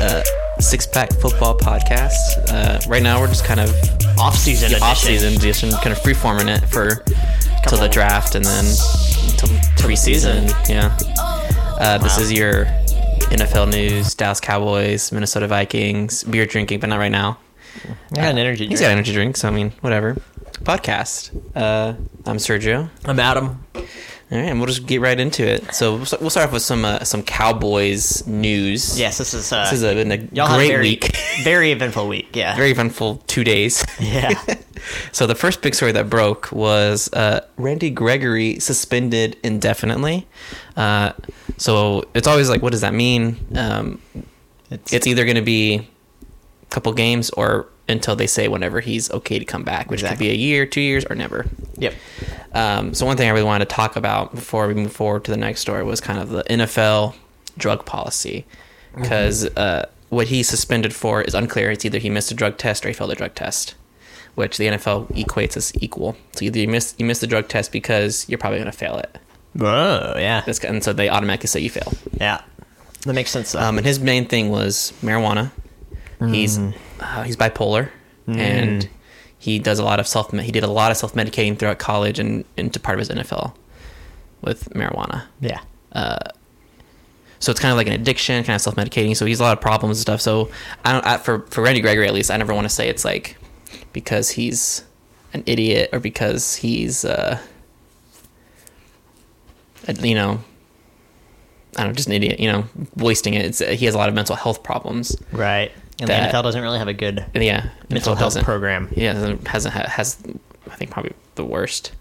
uh, Six Pack Football Podcast. Uh, right now, we're just kind of Off season edition. off season, just kind of freeforming it for till the Couple- draft and then till preseason. Yeah. Uh, This is your NFL news: Dallas Cowboys, Minnesota Vikings, beer drinking, but not right now. I got an energy. He's got drink. energy drinks. So, I mean, whatever. Podcast. Uh, I'm Sergio. I'm Adam. All right, and we'll just get right into it. So we'll st- we'll start off with some uh, some Cowboys news. Yes, this is. Uh, this has uh, been a y'all had a great very, week, very eventful week. Yeah. very eventful two days. yeah. So the first big story that broke was uh, Randy Gregory suspended indefinitely. Uh, so it's always like, what does that mean? Um, It's, it's either going to be a couple games or until they say whenever he's okay to come back, which Exactly. could be a year, two years, or never. yep. Um, so one thing I really wanted to talk about before we move forward to the next story was kind of the NFL drug policy, because uh, what he's suspended for is unclear. It's either he missed a drug test or he failed a drug test, which the NFL equates as equal. So either you miss you miss the drug test because you're probably going to fail it, Whoa. Yeah. That's, and so they automatically say you fail. Yeah. That makes sense. though. Um, and his main thing was marijuana. He's uh, he's bipolar, and he does a lot of self he did a lot of self medicating throughout college and into part of his NFL with marijuana. yeah. So it's kind of like an addiction, kind of self medicating. So he's a lot of problems and stuff. So I don't I, for for Randy Gregory at least. I never want to say it's like because he's an idiot or because he's uh, a- you know. I don't know, just an idiot, you know, wasting it. It's, he has a lot of mental health problems. Right. And that- the NFL doesn't really have a good And yeah, mental NFL health doesn't- program. Yeah, doesn't- hasn't ha- has I think probably the worst.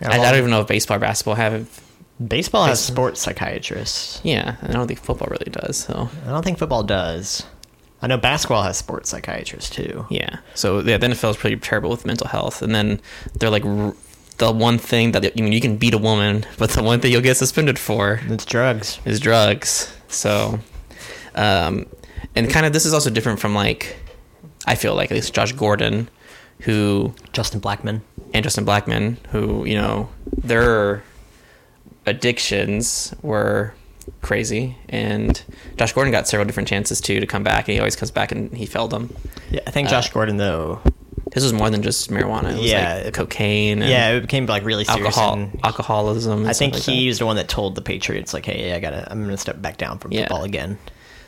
Yeah, I, I well, don't even know if baseball or basketball have. baseball has sports psychiatrists. Yeah, I don't think football really does. So I don't think football does. I know basketball has sports psychiatrists too. yeah, so yeah, the NFL is pretty terrible with mental health, and then they're like r- the one thing that I mean, you can beat a woman, but the one thing you'll get suspended for It's drugs. is drugs. So, um, and kind of this is also different from like I feel like at least Josh Gordon, who Justin Blackman. and Justin Blackman, who you know their addictions were crazy, and Josh Gordon got several different chances too to come back, and he always comes back and he failed them. Yeah, I think Josh Gordon though. His was more than just marijuana; it was Yeah, like it- cocaine, and Yeah, it became like really serious. alcohol, and alcoholism. and I stuff think like he that. was the one that told the Patriots like, "Hey, I gotta, I'm gonna step back down from Yeah. football again."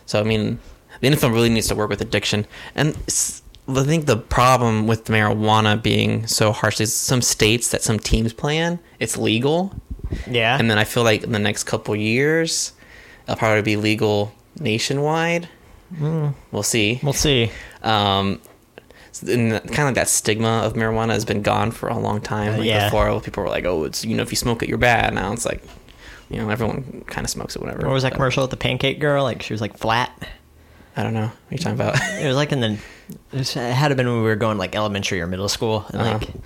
So I mean, the NFL really needs to work with addiction, and s- I think the problem with marijuana being so harsh is some states that some teams play in, it's legal, Yeah, and then I feel like in the next couple years, it'll probably be legal nationwide. We'll see. Hmm. we'll see. Um, s- and kind of like that stigma of marijuana has been gone for a long time. Uh, Like yeah. Before, people were like, "Oh, it's you know, if you smoke it, you're bad." Now it's like, you know, everyone kind of smokes it, whatever. What was that But commercial with the pancake girl? Like she was like flat. I don't know. What are you talking about? It was like in the. It, was, it had to been when we were going like elementary or middle school, and Uh-huh. like it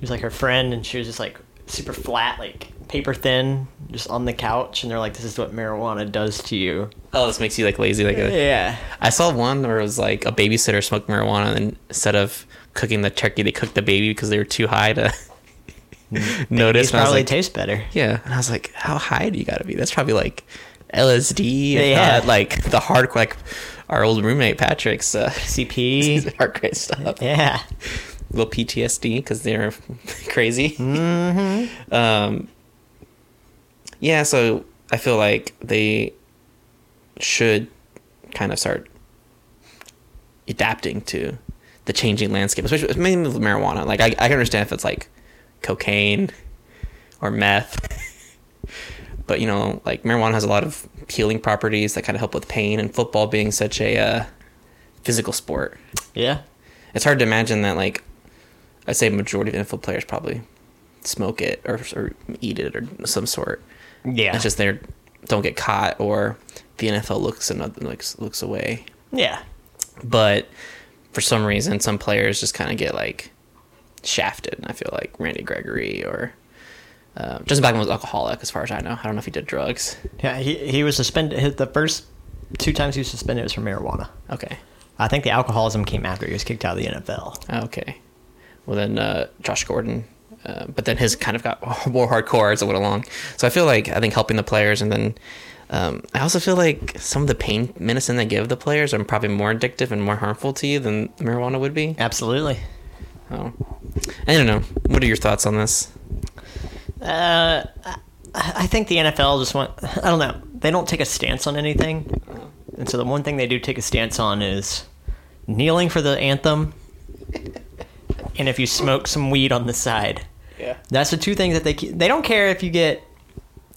was like her friend, and she was just like super flat, like paper thin, just on the couch, and they're like, "This is what marijuana does to you." oh, this makes you like lazy. Like, a- Yeah. I saw one where it was like a babysitter smoked marijuana, and instead of cooking the turkey, they cooked the baby because they were too high to notice. This And I was probably like, tastes better. Yeah, and I was like, how high do you got to be? That's probably like LSD. if Yeah. not, like the hard, like our old roommate Patrick's uh, CP. hard grade stuff. yeah. Little PTSD because they're crazy. Mm-hmm. um, yeah, so I feel like they should kind of start adapting to the changing landscape, especially mainly with marijuana. Like I, I can understand if it's like cocaine or meth, but you know, like marijuana has a lot of healing properties that kind of help with pain, and football being such a uh, physical sport, Yeah. it's hard to imagine that like I'd say majority of NFL players probably smoke it or, or eat it or some sort. Yeah. It's just they don't get caught or the NFL looks and looks looks away. yeah. But for some reason, some players just kind of get like shafted. I feel like Randy Gregory or uh, Justin Blackman was alcoholic, as far as I know. I don't know if he did drugs. Yeah. He, he was suspended. His, the first two times he was suspended was for marijuana. Okay, I think the Ah, alcoholism came after he was kicked out of the NFL. okay. Well then, uh, Josh Gordon Uh, but then his kind of got more hardcore as it went along. So I feel like I think helping the players, and then um, I also feel like some of the pain medicine they give the players are probably more addictive and more harmful to you than marijuana would be. Absolutely. Oh. I don't know. What are your thoughts on this? Uh, I- I think the NFL just want. I don't know. They don't take a stance on anything, and so the one thing they do take a stance on is kneeling for the anthem, and if you smoke some weed on the side. Yeah. That's the two things that they ke- they don't care if you get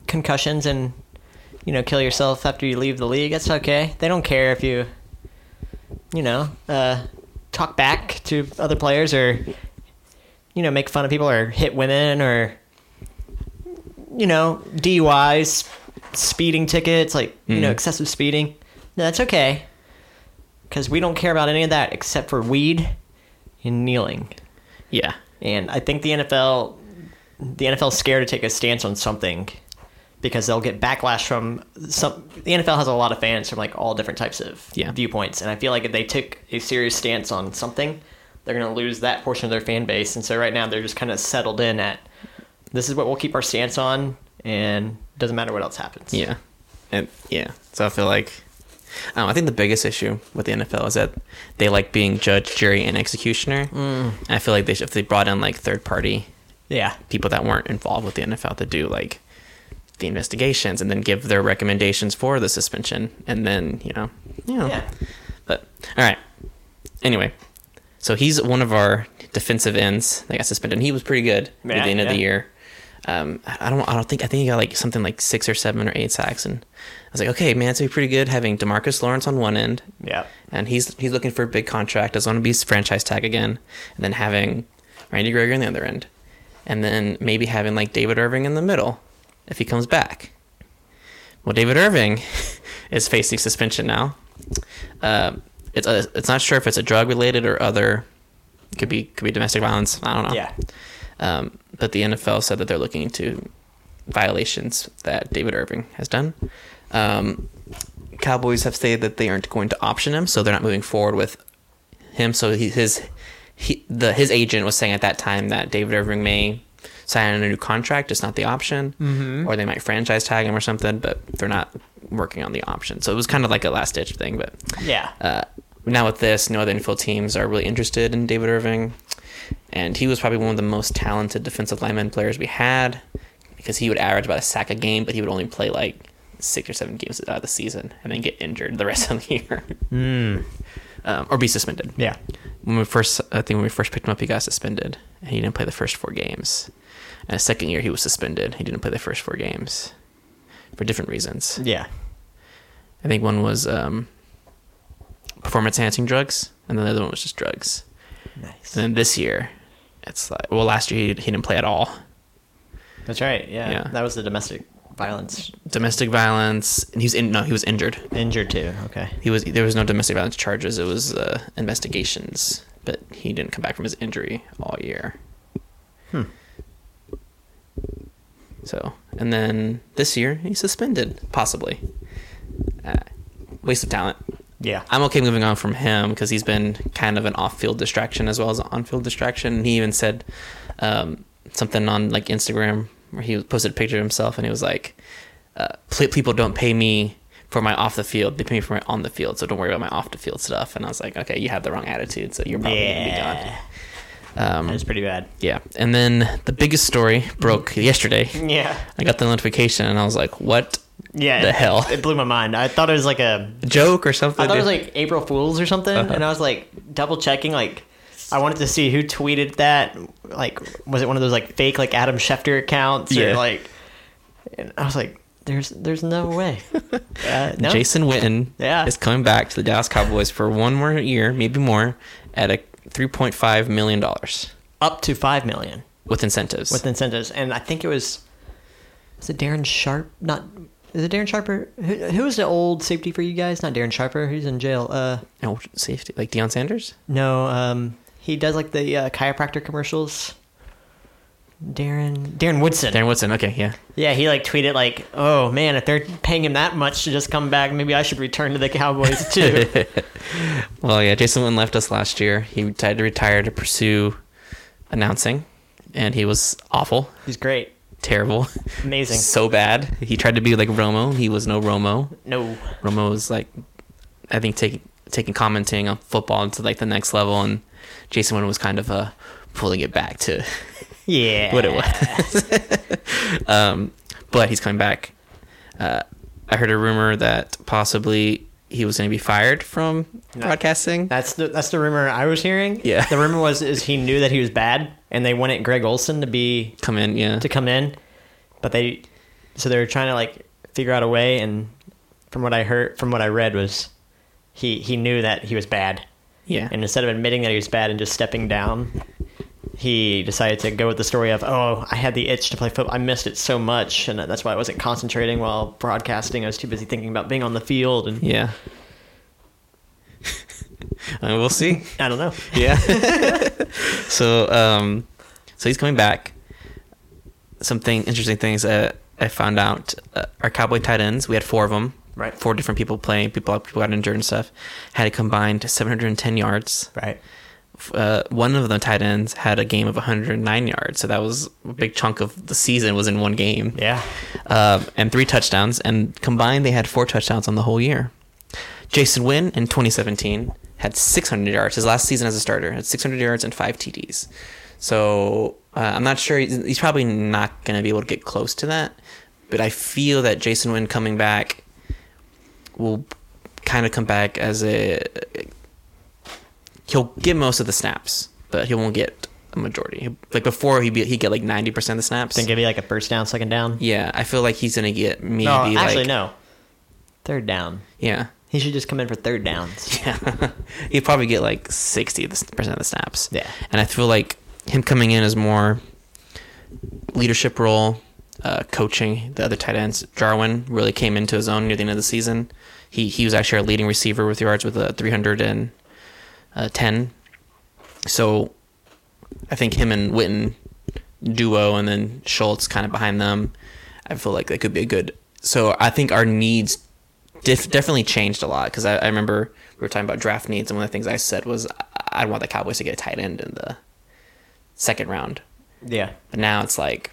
concussions and you know kill yourself after you leave the league. That's okay. They don't care if you you know uh, talk back to other players or you know make fun of people or hit women or you know DUIs, speeding tickets, like you know Mhm. excessive speeding. No, that's okay because we don't care about any of that except for weed and kneeling. Yeah. And I think the NFL, the NFL's scared to take a stance on something because they'll get backlash from some. The NFL has a lot of fans from like all different types of Yeah. viewpoints, and I feel like if they took a serious stance on something, they're going to lose that portion of their fan base. And so right now they're just kind of settled in at this is what we'll keep our stance on, and doesn't matter what else happens. Yeah. And yeah. So I feel like I, don't know, I think the biggest issue with the NFL is that they like being judge, jury, and executioner. Mm. I feel like they should, if they brought in like third party yeah, people that weren't involved with the NFL to do like the investigations and then give their recommendations for the suspension and then you know you know yeah. But all right. Anyway, so he's one of our defensive ends that got suspended. And he was pretty good Yeah, at the end of the yeah. year. Um, I I don't. I don't think. I think he got like something like six or seven or eight sacks. And I was like, okay, man, it's gonna be pretty good having Demarcus Lawrence on one end, yeah. and he's he's looking for a big contract. Doesn't want to be his franchise tag again. And then having Randy Gregory on the other end, and then maybe having like David Irving in the middle if he comes back. Well, David Irving is facing suspension now. Uh, it's a, it's not sure if it's a drug related or other. Could be could be domestic violence. I don't know. Yeah. Um, but the NFL said that they're looking into violations that David Irving has done. Um, Cowboys have stated that they aren't going to option him, so they're not moving forward with him. So he, his he, the his agent was saying at that time that David Irving may sign a new contract. It's not the option, Mm-hmm. or they might franchise tag him or something. But they're not working on the option. So it was kind of like a last ditch thing. But Yeah. uh, now with this, no other NFL teams are really interested in David Irving, and he was probably one of the most talented defensive lineman players we had because he would average about a sack a game, but he would only play like six or seven games out of the season and then get injured the rest of the year um, or be suspended. yeah. When we first, I think when we first picked him up, he got suspended and he didn't play the first four games. And the second year, he was suspended. He didn't play the first four games for different reasons. Yeah. I think one was um, performance enhancing drugs, and then the other one was just drugs. Nice. And then this year, it's like, well, last year he, he didn't play at all. That's right. Yeah. Yeah. That was the domestic violence Domestic violence, and he was in, no, he was injured. injured too. Okay. He was there was no domestic violence charges. It was uh, investigations, but he didn't come back from his injury all year. Hmm. So, and then this year he's suspended, possibly. Uh, waste of talent. Yeah. I'm okay moving on from him because he's been kind of an off-field distraction as well as an on-field distraction. And he even said um, something on like Instagram where he posted a picture of himself and he was like, uh, "Ple- "People don't pay me for my off the field; they pay me for my on the field. So don't worry about my off the field stuff." And I was like, "Okay, you have the wrong attitude, so you're probably gonna be Yeah. gone." Um, That was pretty bad. yeah, and then the biggest story broke yesterday. Yeah. I got the notification and I was like, "What Yeah. The it- hell? It blew my mind. I thought it was like a joke or something?" I thought it was like April Fools or something Uh-huh. and I was like double checking like I wanted to see who tweeted that. Like was it one of those like fake like Adam Schefter accounts or Yeah. like and I was like there's there's no way. Uh, no? Jason Witten Yeah. is coming back to the Dallas Cowboys for one more year, maybe more, at a three point five million dollars up to 5 million with incentives. with incentives and I think it was was it Darren Sharp not is it Darren Sharper? Who, who was the old safety for you guys? Not Darren Sharper. Who's in jail? Uh, no safety, like Deion Sanders. No, um, he does like the uh, chiropractor commercials. Darren Darren Woodson. Darren Woodson. Okay, yeah, Yeah, he like tweeted like, "Oh man, if they're paying him that much to just come back, maybe I should return to the Cowboys too." well, yeah. Jason Witten left us last year. He decided to retire to pursue announcing. and he was awful, He's great. terrible, Amazing. so bad. He tried to be like Romo. He was no Romo. No. Romo was like, I think taking taking commenting on football to like the next level, and Jason Wynn was kind of uh pulling it back to Yeah. what it was. um, but he's coming back. Uh, I heard a rumor that possibly he was going to be fired from broadcasting. That's the that's the rumor I was hearing. Yeah. The rumor was is he knew that he was bad and they wanted Greg Olson to be Come in, yeah. to come in, but they so they were trying to like figure out a way and from what I heard from what I read was he he knew that he was bad yeah. and instead of admitting that he was bad and just stepping down he decided to go with the story of oh i had the itch to play football i missed it so much and that's why i wasn't concentrating while broadcasting i was too busy thinking about being on the field and yeah. Uh, we'll see. i don't know Yeah. so, um, so he's coming back. Something interesting things uh, I found out uh, our Cowboy tight ends. We had four of them. Right. Four different people playing. People people got injured and stuff. Had a combined 710 yards. right uh, one of the tight ends had a game of 109 yards, so that was a big chunk of the season was in one game. yeah Um, and three touchdowns, and combined they had four touchdowns on the whole year. Jason Wynn in 2017 had 600 yards. His last season as a starter had 600 yards and five TDs. So uh, I'm not sure. He's, he's probably not going to be able to get close to that. But I feel that Jason Wynn coming back will kind of come back as a. He'll get most of the snaps, but he won't get a majority. He- Like before, he'd, be, he'd get like 90% of the snaps. think it'd be like a first down second down Yeah, I feel like he's gonna get maybe no actually like no third down yeah, he should just come in for third downs yeah. He'd probably get like sixty percent of the snaps. Yeah. and I feel like him coming in is more leadership role, uh, coaching the other tight ends. Jarwin really came into his own near the end of the season. He he was actually our leading receiver with yards with a three hundred and uh, ten. So, I think him and Witten duo, and then Schultz kind of behind them. I feel like that could be a good. So I think our needs def- definitely changed a lot because I, I remember we were talking about draft needs, and one of the things I said was I- I'd want the Cowboys to get a tight end in the second round, yeah but now it's like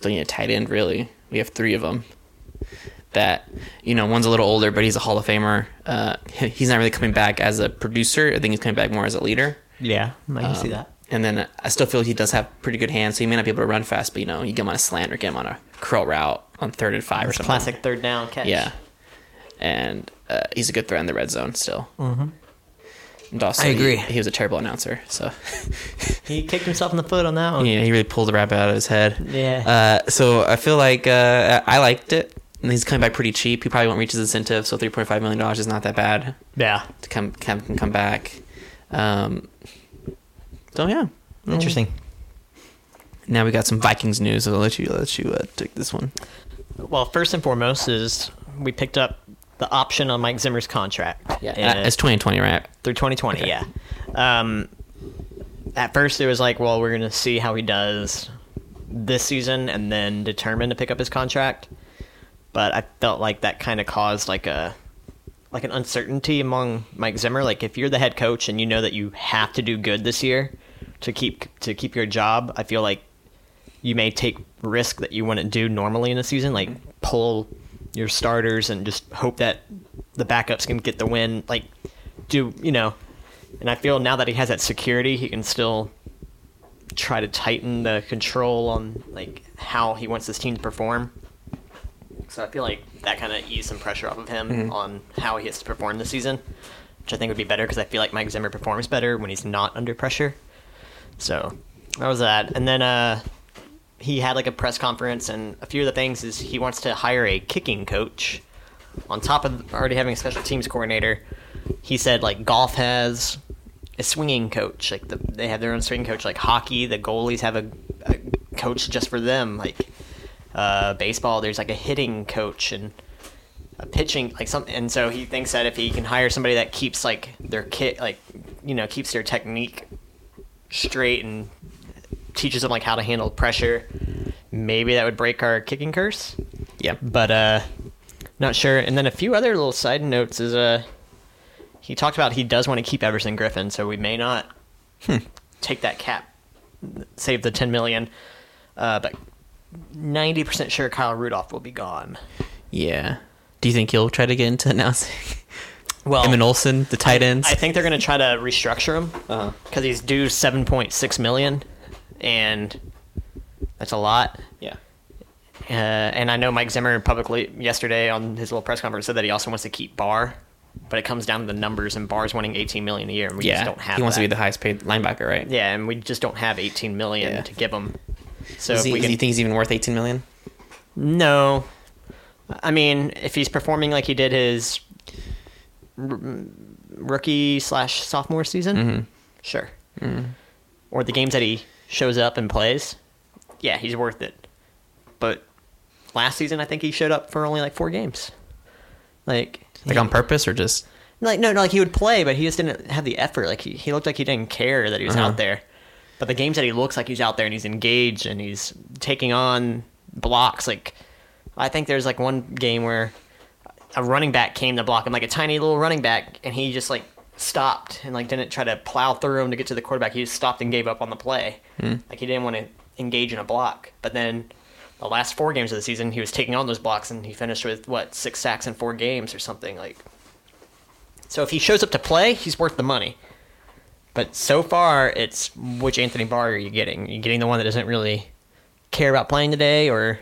don't need a tight end really. We have three of them. That you know, one's a little older, but he's a Hall of Famer. Uh, he- he's not really coming back as a producer. I think he's coming back more as a leader. yeah i can see Um, that And then I still feel he does have pretty good hands, so he may not be able to run fast, but you know, you get him on a slant or get him on a curl route on third and five or something. classic third down catch Yeah. And uh, he's a good threat in the red zone still. Mm-hmm. And also, I agree. He, he was a terrible announcer, so he kicked himself in the foot on that one yeah, he really pulled the rabbit out of his head. Yeah. Uh, so I feel like uh, I liked it. And he's coming back pretty cheap. He probably won't reach his incentive, so three point five million dollars is not that bad yeah. to come come can come back. Um, so yeah, interesting Now we got some Vikings news. I'll let you let you uh, take this one. Well, first and foremost is we picked up the option on Mike Zimmer's contract. Uh, And it's 2020, right? through 2020. Yeah. Um, at first, it was like, well, we're gonna see how he does this season, and then determine to pick up his contract. But I felt like that kind of caused like a like an uncertainty among Mike Zimmer. Like, if you're the head coach and you know that you have to do good this year to keep to keep your job, I feel like you may take risk that you wouldn't do normally in a season, like pull your starters and just hope that the backups can get the win. Like, do you know? And I feel now that he has that security, he can still try to tighten the control on like how he wants his team to perform. So I feel like that kind of eased some pressure off of him on how he has to perform this season, which I think would be better because I feel like Mike Zimmer performs better when he's not under pressure. So that was that. And then uh, he had like a press conference, and a few of the things is he wants to hire a kicking coach on top of already having a special teams coordinator. He said like golf has a swinging coach, like the, they have their own swinging coach. Like hockey, the goalies have a, a coach just for them. Like uh, baseball, there's like a hitting coach and a pitching like some. And so he thinks that if he can hire somebody that keeps like their kit, like you know, keeps their technique straight and teaches them like how to handle pressure. Maybe that would break our kicking curse, Yeah. but uh, not sure. And then a few other little side notes is uh, Hmm. he talked about he does want to keep Everson Griffin, so we may not take that cap save the 10 million. Uh, but 90% sure Kyle Rudolph will be gone. Yeah. Do you think he'll try to get into announcing? Well, Him and Olson, the tight ends. Oh. I think they're going to try to restructure him Uh-huh. because he's due 7.6 million, and that's a lot. yeah. Uh, and I know Mike Zimmer publicly yesterday on his little press conference said that he also wants to keep Barr, but it comes down to the numbers and Barr's winning 18 million a year, and we Yeah. just don't have. he wants that. to be the highest paid linebacker, right? Yeah, and we just don't have 18 million Yeah. to give him. So Does if he, we do can, you think he's even worth 18 million? no, I mean if he's performing like he did his r- rookie slash sophomore season, Mm-hmm. sure, or the games that he shows up and plays, yeah, he's worth it. But last season, I think he showed up for only like four games, like Like on purpose or just? like no, no, like he would play, but he just didn't have the effort. Like he, he looked like he didn't care that he was Uh-huh. out there. But the games that he looks like he's out there and he's engaged and he's taking on blocks. Like I think there's like one game where a running back came to block him, like a tiny little running back, and he just like stopped and like didn't try to plow through him to get to the quarterback. He just stopped and gave up on the play. Like he didn't want to engage in a block. But then the last four games of the season, he was taking on those blocks and he finished with what six sacks in four games or something like. So if he shows up to play, he's worth the money. But so far, it's which Anthony Barr are you getting? Are you getting the one that doesn't really care about playing today, or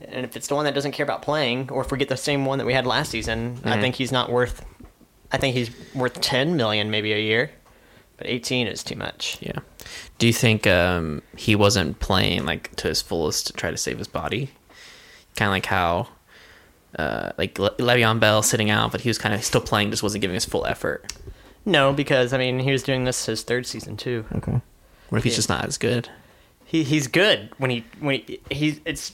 and if it's the one that doesn't care about playing, or if we get the same one that we had last season, I think he's not worth. I think he's worth ten million maybe a year, but eighteen is too much. Yeah. Do you think um, he wasn't playing like to his fullest to try to save his body? Kind of like how, uh, like Le- Le'Veon Bell sitting out, but he was kind of still playing, just wasn't giving his full effort. No, because I mean he was doing this his third season too. Okay. What if he's Yeah. just not as good? he he's good when he when he, he's it's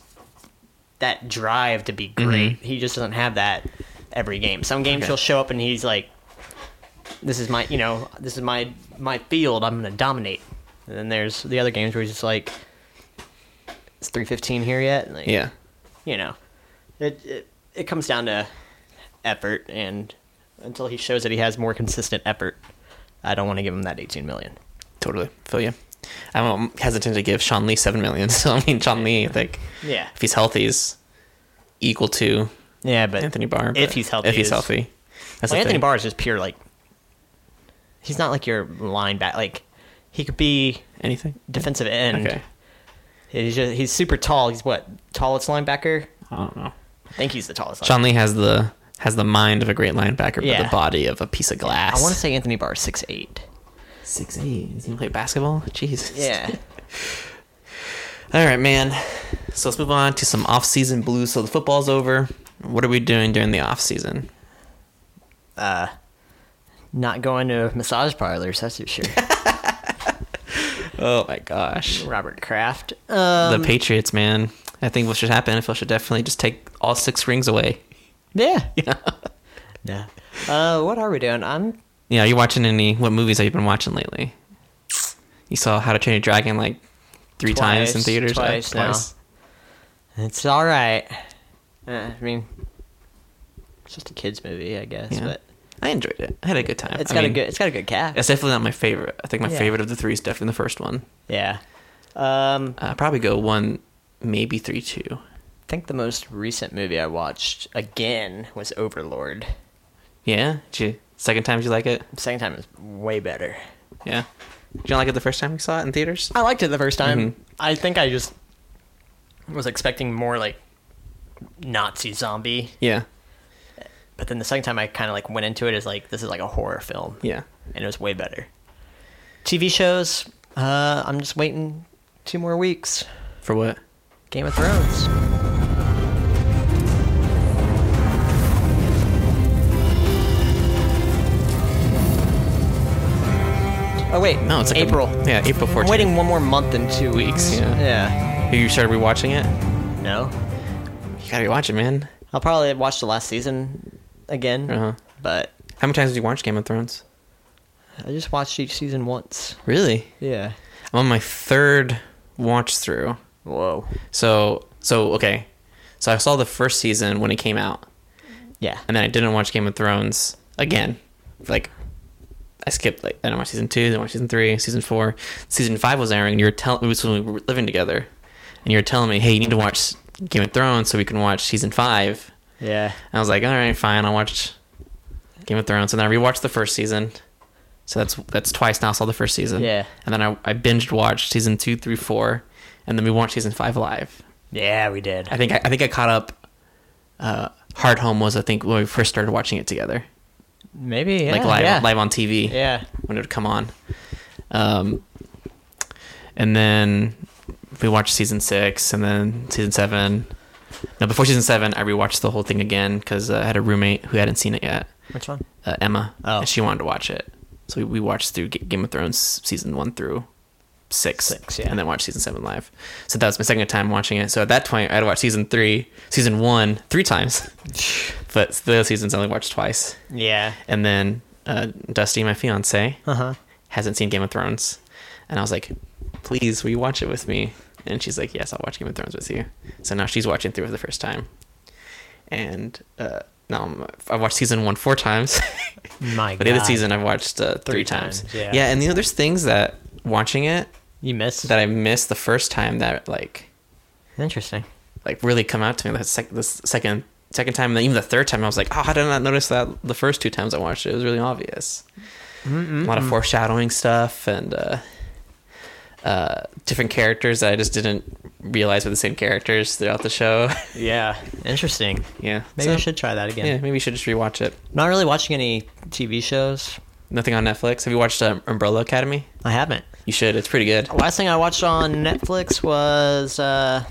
that drive to be great. He just doesn't have that every game. Some games Mm-hmm. Okay. he'll show up and he's like, "This is my you know this is my my field. I'm gonna dominate." And then there's the other games where he's just like, "It's three fifteen here yet?" Like, Yeah. you know, it, it it comes down to effort, and until he shows that he has more consistent effort, I don't want to give him that eighteen million. Totally. Feel you. I'm um, hesitant to give Sean Lee seven million. So I mean, Sean Lee, I think Yeah, if he's healthy, is equal to yeah, but Anthony Barr. if but he's healthy, if he's is- healthy, that's Well, the Anthony thing. Barr is just pure like he's not like your linebacker. Like he could be Anything? defensive end. Okay. He's just, he's super tall. He's what tallest linebacker. I don't know. I think he's the tallest. Sean Lee has the has the mind of a great linebacker, but Yeah. the body of a piece of glass. linebacker. I want to say Anthony Barr is six eight. six eight. Does he play basketball? Jesus. Yeah. All right, man. So let's move on to some off season blues. So the football's over. What are we doing during the off season? Not going to massage parlors, that's for sure. Oh my gosh. Robert Kraft. Uh, the Patriots, man. I think what should happen, NFL should definitely just take all six rings away. yeah. Yeah. Uh, what are we doing? I'm Yeah, you watching any what movies have you been watching lately? You saw How to Train Your Dragon like three times in Twice, theaters. uh, twice now. It's all right. Uh, I mean, it's just a kids movie, I guess. Yeah. But I enjoyed it. I had a good time. it's I got mean, a good. It's got a good cast. It's definitely not my favorite. I think my Yeah. favorite of the three is definitely the first one. Yeah. Um, Uh, probably go one, maybe three, two. I think the most recent movie I watched again was Overlord. Yeah. Did you, second time did you like it? Second time is way better. Yeah. Did you not like it the first time you saw it in theaters? I liked it the first time. Mhm. I think I just was expecting more like Nazi zombie, Yeah. but then the second time I kind of like went into it as like this is like a horror film, Yeah. and it was way better. TV shows, uh, I'm just waiting two more weeks. For what? Game of Thrones. Oh wait, No, it's like a- April. yeah, April 14th. I'm waiting one more month and two weeks. Yeah. Yeah. You started rewatching it? No, You gotta rewatch it, man. I'll probably watch the last season again, Uh-huh. but How many times did you watch Game of Thrones? I just watched each season once. Really? Yeah. I'm on my third watch through. Whoa. So, so okay. So I saw the first season when it came out, Yeah. and then I didn't watch Game of Thrones again for like I skipped like I don't watch season two, then watch season three, season four, season five was airing. And you were telling we were- we were living together, and you were telling me, hey, you need to watch Game of Thrones so we can watch season five. Yeah. And I was like, all right, fine, I'll watch Game of Thrones. And then I rewatched the first season. So that's that's twice now. I saw the first season. Yeah. And then I, I binged watched season two through four, and then we watched season five live. Yeah, we did. I think I, I think I caught up. Uh, Hard Home was I think when we first started watching it together, Maybe yeah, like live yeah. live on TV Yeah. when it would come on. Um, and then we watched season six, and then season seven. No, before season seven, I rewatched the whole thing again because uh, I had a roommate who hadn't seen it yet, Which one? uh, Emma, Oh. and she wanted to watch it. So we, we watched through G- Game of Thrones season one through six, Six, yeah. and then watched season seven live. So that was my second time watching it. So at that point, I had watched season three, season one three times, but the other seasons I only watched twice. Yeah. And then uh, Dusty, my fiance, Uh huh. hasn't seen Game of Thrones. And I was like, please, will you watch it with me? And she's like, yes, I'll watch Game of Thrones with you. So now she's watching through for the first time. And uh, now I'm, I've watched season one four times. My but the other God. season I've watched uh, three, Three times. times, yeah. yeah. and you know, there's things that watching it You missed. that I missed the first time that like Interesting. like really come out to me the, sec- the second second time and even the third time I was like, oh, how did I not notice that the first two times I watched it? It was really obvious. Mm-hmm. A lot of foreshadowing stuff and uh, uh, different characters that I just didn't realize were the same characters throughout the show. Yeah. Interesting. yeah, Maybe I So, should try that again. Yeah, maybe you should just rewatch it. Not really watching any TV shows. Nothing on Netflix. Have you watched um, Umbrella Academy? I haven't. You should. It's pretty good. Last thing I watched on Netflix was uh,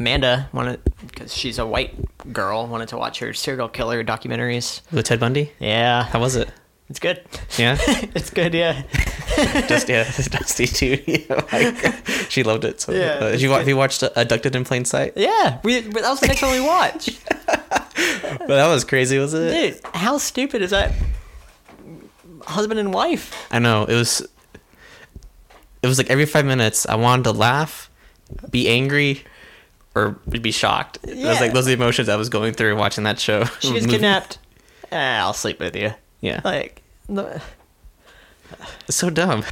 Amanda wanted because she's a white girl wanted to watch her serial killer documentaries. With Ted Bundy. Yeah, How was it? it's good. Yeah, it's good. Yeah, just yeah, Dusty too. Yeah, like, she loved it. So, Yeah, uh, did it's you wa- good. have you watched uh, Abducted in Plain Sight? yeah. We that was the next one we watched. But that was crazy, was it? Dude, how stupid is that? Husband and wife. I know it was. It was like every five minutes, I wanted to laugh, be angry, or be shocked. It was Yeah. like those are the emotions I was going through watching that show. She was Movie. kidnapped. Ah, I'll sleep with you. Yeah, Like, no- it's so dumb.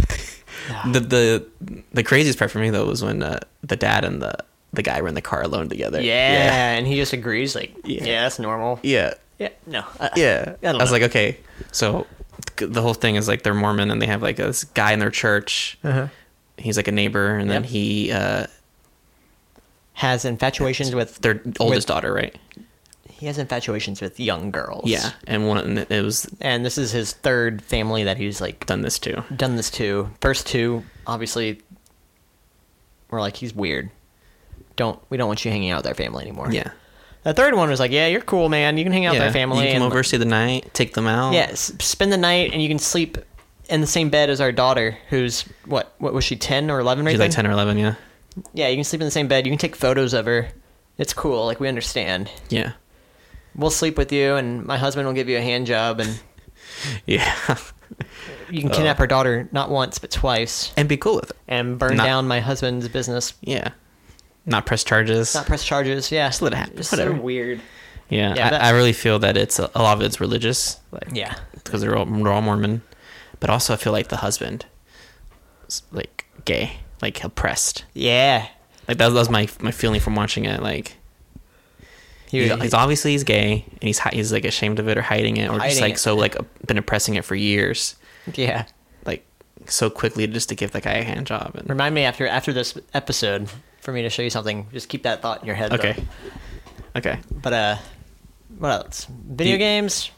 the the the craziest part for me though was when uh, the dad and the the guy were in the car alone together. yeah, and he just agrees. Like, Yeah. yeah, that's normal. yeah, Yeah, no. Uh, I- yeah. I I, don't was know. like, okay, so the whole thing is like they're Mormon and they have like this guy in their church. He's like a neighbor, and then Uh-huh. Yep. he uh, has infatuations with their oldest daughter, right? He has infatuations with young girls. Yeah, and one and it was And this is his third family that he's like done this too. done this to. First two, obviously, were like he's weird. Don't we don't want you hanging out with our family anymore. Yeah, The third one was like, yeah, you're cool, man. You can hang out yeah. with our family. You come and, over, see the night, take them out. Yeah, s- spend the night, and you can sleep in the same bed as our daughter, who's what? What was she, ten or eleven? Right? she's like ten or eleven. Yeah, Yeah, you can sleep in the same bed. You can take photos of her. It's cool. Like we understand. yeah, We'll sleep with you, and my husband will give you a hand job, and yeah, you Uh. can kidnap her daughter not once but twice and be cool with it. and burn Not- down my husband's business Yeah, not press charges. not press charges yeah Just let it happen. It's Whatever. so weird yeah, yeah, that- I, I really feel that it's a, a lot of it's religious. Like, yeah because they're all, they're all Mormon, but also I feel like the husband, is, like gay, like oppressed. yeah Like that, that was my my feeling from watching it. Like he, he's, he's obviously he's gay and he's hi- he's like ashamed of it or hiding it or just Hiding like it. so like uh, been oppressing it for years. yeah like so quickly just to give that guy a hand job and remind me after after this episode for me to show you something just keep that thought in your head though. okay okay but uh what else video You- games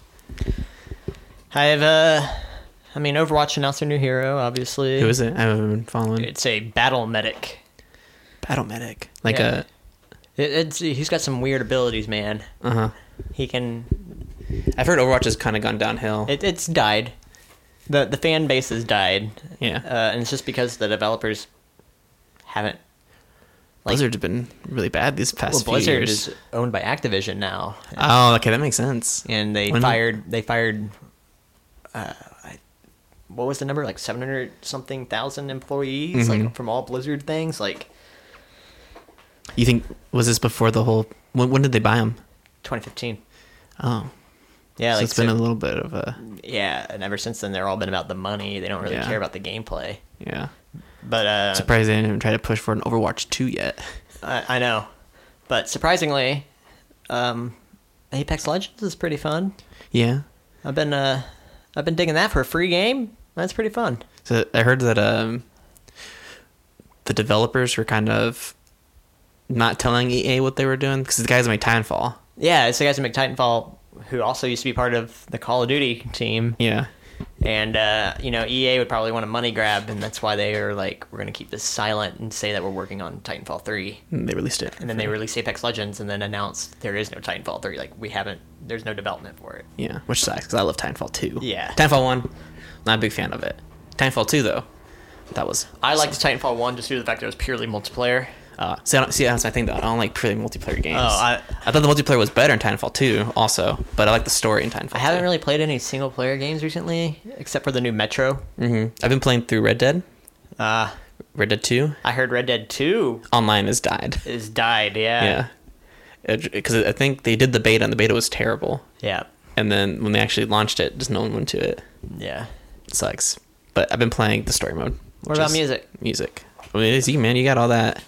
i've uh i mean overwatch announced their new hero obviously who is it i haven't been following it's a battle medic battle medic like Yeah. it, it's he's got some weird abilities man a uh-huh he can i've heard overwatch has kind of gone downhill It, it's died. The the fan base has died, yeah uh, and it's just because the developers haven't. like- blizzard's been really bad these past Well, few Blizzard years is owned by Activision now, oh okay that makes sense and they When- fired they fired. Uh, I, what was the number? Like seven hundred something thousand employees, Mm-hmm. like from all Blizzard things. Like you think was this before the whole when, when did they buy him twenty fifteen. oh Yeah, so like it's been so- a little bit of a yeah, and ever since then, they're all been about the money. They don't really Yeah. care about the gameplay. yeah. But uh, Surprised they didn't even try to push for an Overwatch two yet. I, I know, but surprisingly, um, Apex Legends is pretty fun. Yeah. I've been uh, I've been digging that for a free game. That's pretty fun. So I heard that um, the developers were kind of not telling EA what they were doing because the guys made Titanfall. Yeah, it's the guys who make Titanfall, who also used to be part of the Call of Duty team, Yeah. and uh, you know EA would probably want a money grab, and that's why they are like, we're gonna keep this silent and say that we're working on Titanfall three. And they released it. And then they released Apex Legends, and then announced there is no Titanfall three. Like we haven't, there's no development for it. Yeah, which sucks because I love Titanfall two. Yeah. Titanfall one, not a big fan of it. Titanfall two though, that was I liked Titanfall one just due to the fact that it was purely multiplayer. Uh, see, I don't, see, that's my thing though. I don't like purely multiplayer games. Oh, I- thought the multiplayer was better in Titanfall 2 also, but I like the story in Titanfall. I haven't really played any single player games recently, except for the new Metro. hmm I've been playing through Red Dead. Uh, Red Dead 2 I heard Red Dead Two online has died. is died. Yeah. Yeah, because I think they did the beta and the beta was terrible, Yeah. and then when they actually launched it, just no one went to it. Yeah. It sucks. But I've been playing the story mode. What which about is- music? Music. I mean, it's you, man. You got all that.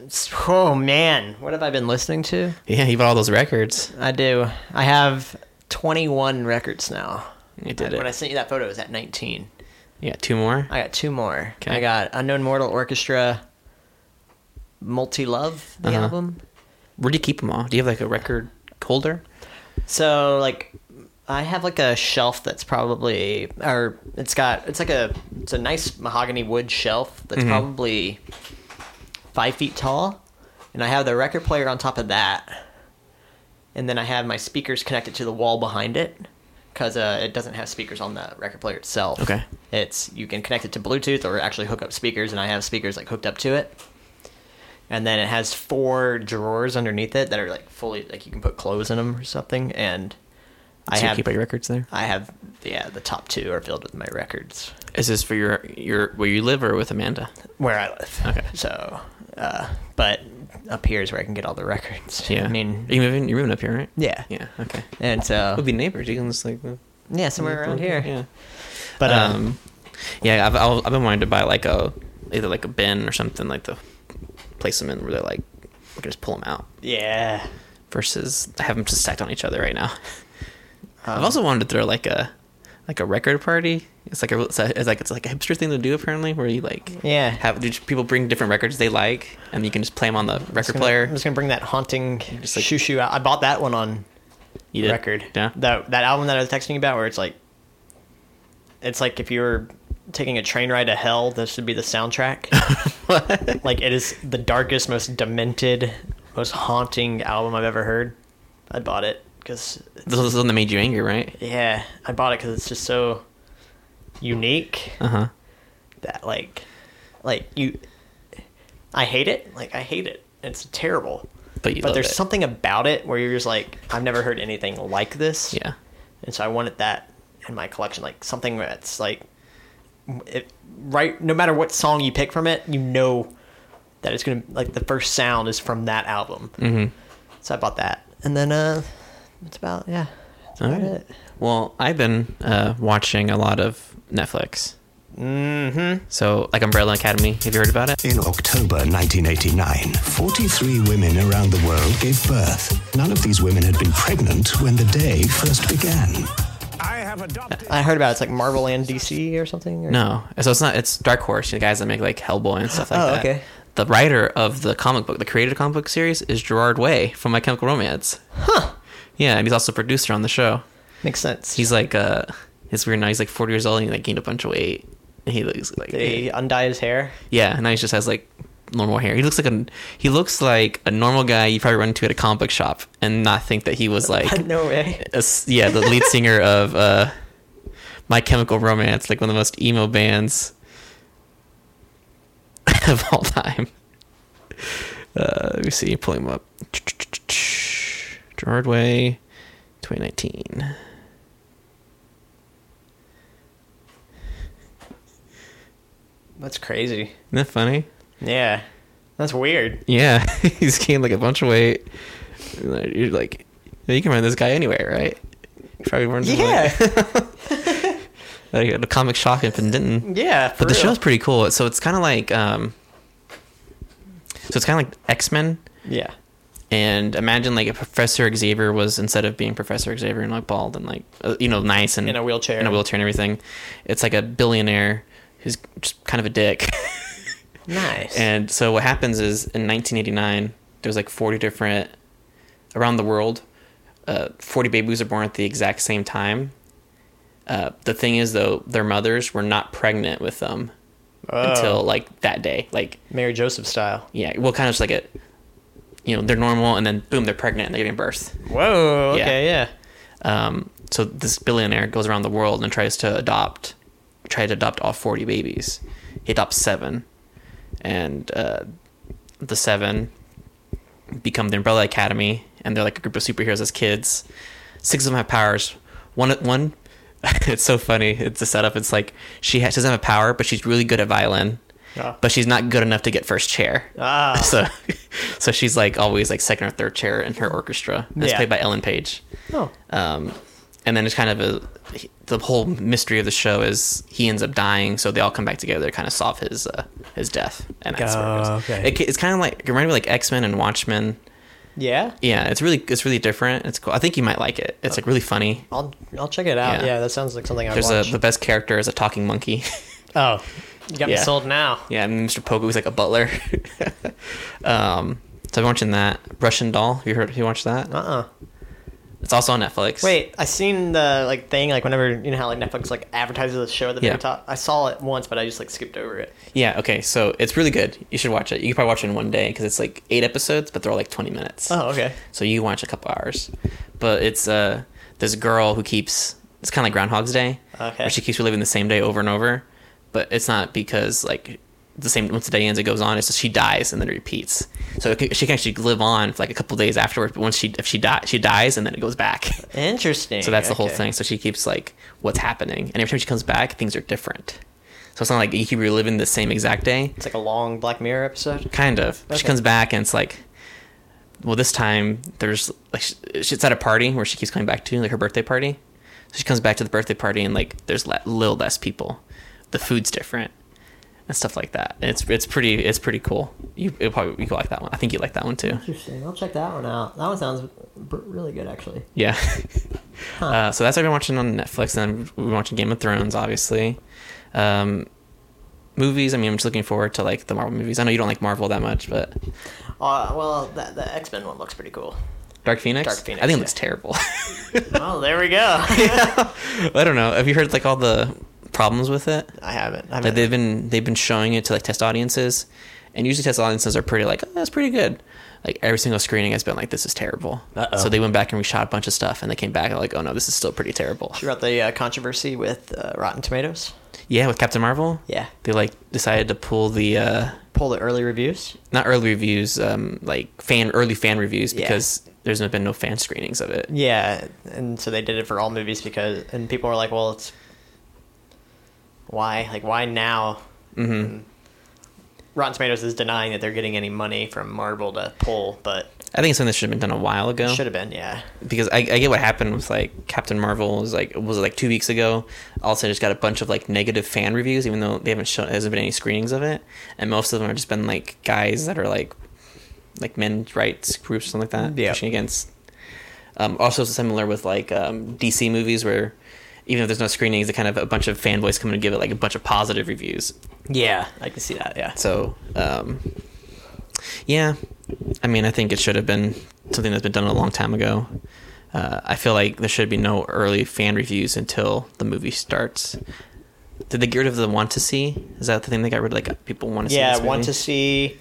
It's- Oh man, what have I been listening to? Yeah, you bought all those records. I do. I have 21 records now. You did When I it. sent you that photo, it was at 19. You got two more. I got two more. Okay. I got Unknown Mortal Orchestra, Multi Love, the Uh-huh. album. Where do you keep them all? Do you have like a record holder? So like I have like a shelf that's probably or it's got it's like a it's a nice mahogany wood shelf that's Mm-hmm. probably five feet tall. And I have the record player on top of that. And then I have my speakers connected to the wall behind it. Because uh, it doesn't have speakers on the record player itself. Okay. It's you can connect it to Bluetooth or actually hook up speakers, and I have speakers like hooked up to it and then it has four drawers underneath it that are like fully like you can put clothes in them or something and i So you have keep all your records there. i have yeah the top two are filled with my records Is this for your your where you live or with Amanda? where i live Okay. so uh but up here is where i can get all the records Yeah. i mean are you moving? You're moving up here, right? yeah Yeah. Okay. and We'll so be neighbors. You can just like move- yeah somewhere around here Yeah. but um, um, yeah. I've I'll, I've been wanting to buy like a either like a bin or something like the place them in where they're like we can just pull them out yeah versus I have them just stacked on each other right now. I've Um, also wanted to throw like a like a record party. It's like a it's, a, it's like it's like a hipster thing to do apparently, where you like yeah have do people bring different records they like, and you can just play them on the record I'm just gonna- player. i'm just gonna bring that haunting Just like- shoo shoo out i bought that one on You did- record. Yeah. That that album that I was texting you about where it's like it's like if you were taking a train ride to hell, this would be the soundtrack. like it is the darkest, most demented, most haunting album I've ever heard. I bought it cuz This was the one that made you angry, right? yeah, I bought it cuz it's just so unique Uh huh. that like like you I hate it. Like I hate it. It's terrible. But you but love there's it. something about it where you're just like I've never heard anything like this. Yeah. and so I wanted that in my collection, like something that's like, it, right? No matter what song you pick from it, you know that it's gonna like the first sound is from that album. Mm-hmm. So I bought that, and then uh, that's about yeah. That's All about right. Well, I've been uh, watching a lot of Netflix. Mm-hmm. So, like Umbrella Academy, have you heard about it? In October 1989, 43 women around the world gave birth. None of these women had been pregnant when the day first began. I have adopted. I heard about it. it's like Marvel and DC or something. Or, No. So it's not. It's Dark Horse, the guys that make like Hellboy and stuff like Oh, that. okay. The writer of the comic book, the creator of the comic book series, is Gerard Way from My Chemical Romance. Huh. Yeah, and he's also a producer on the show. makes sense. He's like, uh, it's weird now. He's like 40 years old and he like gained a bunch of weight. And he looks like Did he undye his hair? Yeah, and now he just has like normal hair. He looks like a he looks like a normal guy you probably run into at a comic book shop and not think that he was like no way. a s yeah the lead singer of uh, My Chemical Romance, like one of the most emo bands of all time. Uh, let me see, pull him up. Gerard Way, 2019. That's crazy. Isn't that funny? Yeah, that's weird. Yeah, he's gained like a bunch of weight. You're like, you can run this guy anywhere, right? Probably weren't. Yeah, Like, like, the comic shock if it didn't. yeah. For But the real. show's pretty cool. So it's kind of like, um, so it's kind of like X Men. yeah, And imagine like if Professor Xavier was instead of being Professor Xavier and like bald and like uh, you know nice and In a wheelchair. in a wheelchair and everything, it's like a billionaire who's just kind of a dick. nice. And so what happens is in 1989, there's like 40 different around the world. Uh, 40 babies are born at the exact same time. Uh, the thing is, though, their mothers were not pregnant with them until like that day. Like, Mary Joseph style. yeah, well, kind of just like it. You know, they're normal, and then boom, they're pregnant and they're giving birth. Whoa. Yeah. Okay. Yeah. Um, so this billionaire goes around the world and tries to adopt, try to adopt all forty babies. He adopts seven, and uh, the seven become the Umbrella Academy, and they're like a group of superheroes as kids. Six of them have powers. One, one, it's so funny. It's a setup. It's like she, has, she doesn't have a power, but she's really good at violin. Ah. But she's not good enough to get first chair. Ah. So, so she's like always like second or third chair in her orchestra. That's Yeah. played by Ellen Page. Oh. Um, and then it's kind of a the whole mystery of the show is he ends up dying, so they all come back together to kind of solve his uh, his death. And that's where it goes. Oh, okay. It ca- it's kind of like it reminded me of like X Men and Watchmen. Yeah. Yeah, it's really it's really different. It's cool. I think you might like it. It's like really funny. I'll I'll check it out. Yeah. Yeah, that sounds like something I'd There's a, watch. the best character is a talking monkey. oh, you got Yeah. me sold now. yeah, and Mr. Pogo is like a butler. um, so I've been watching that Russian Doll. Have you heard? Have you watched that? Uh uh It's also on Netflix. Wait, I seen the like thing like whenever you know how like Netflix like advertises the show at the Yeah. very top. I saw it once, but I just like skipped over it. Yeah, okay. So it's really good. You should watch it. You can probably watch it in one day because it's like eight episodes, but they're all like 20 minutes. Oh, okay. So you can watch a couple hours. But it's uh, this girl who keeps, it's kind of like Groundhog's Day. Okay. Where she keeps reliving the same day over and over. But it's not because like the same, once the day ends, it goes on. It's just she dies and then it repeats. So it can, she can actually live on for like a couple days afterwards. But once she, if she, die, she dies and then it goes back. Interesting. So that's the whole Okay. thing. So she keeps like what's happening, and every time she comes back, things are different. So it's not like you keep reliving the same exact day. It's like a long Black Mirror episode. Kind of. She Okay. comes back and it's like, well, this time there's like sh- she's at a party where she keeps coming back to, like her birthday party. So she comes back to the birthday party and like there's le- little less people, the food's different, and stuff like that. And it's it's pretty it's pretty cool. You it'll probably you like that one. I think you like that one too. Interesting. I'll check that one out. That one sounds b- really good actually. Yeah. Uh, so that's what I've been watching on Netflix, and we've been watching Game of Thrones, obviously. Um, movies. I mean, I'm just looking forward to like the Marvel movies. I know you don't like Marvel that much, but Uh, well, that, the X Men one looks pretty cool. Dark Phoenix. Dark Phoenix, I think it yeah. looks terrible. oh, there we go. I don't know. Have you heard like all the problems with it? I haven't. Like I haven't. they've been they've been showing it to like test audiences, and usually test audiences are pretty like oh, that's pretty good. Like every single screening has been like this is terrible. Uh-oh. So they went back and reshot a bunch of stuff, and they came back and like oh no, this is still pretty terrible. throughout the uh, controversy with uh, Rotten Tomatoes. Yeah, with Captain Marvel. Yeah. they like decided to pull the. uh Pull the early reviews. not early reviews, um, like fan early fan reviews Yeah. because there's been no fan screenings of it. Yeah, and so they did it for all movies because, and people were like, "Well, it's why, like, why now?" Mm-hmm. Rotten Tomatoes is denying that they're getting any money from Marvel to pull, but I think it's something that should have been done a while ago. should have been, yeah. because I, I get what happened with like Captain Marvel is like was it like two weeks ago? Also, just got a bunch of like negative fan reviews, even though they haven't shown there hasn't been any screenings of it, and most of them have just been like guys that are like like men's rights groups or something like that Yeah. pushing against. Um, also, it's similar with like um, DC movies where even if there's no screenings, they kind of a bunch of fanboys come in and give it like a bunch of positive reviews. Yeah, I can see that. Yeah, So, um, yeah, I mean, I think it should have been something that's been done a long time ago. Uh, I feel like there should be no early fan reviews until the movie starts. Did they get rid of the want to see? Is that the thing they got rid of? Like people want to see. yeah. this Want movie? to see,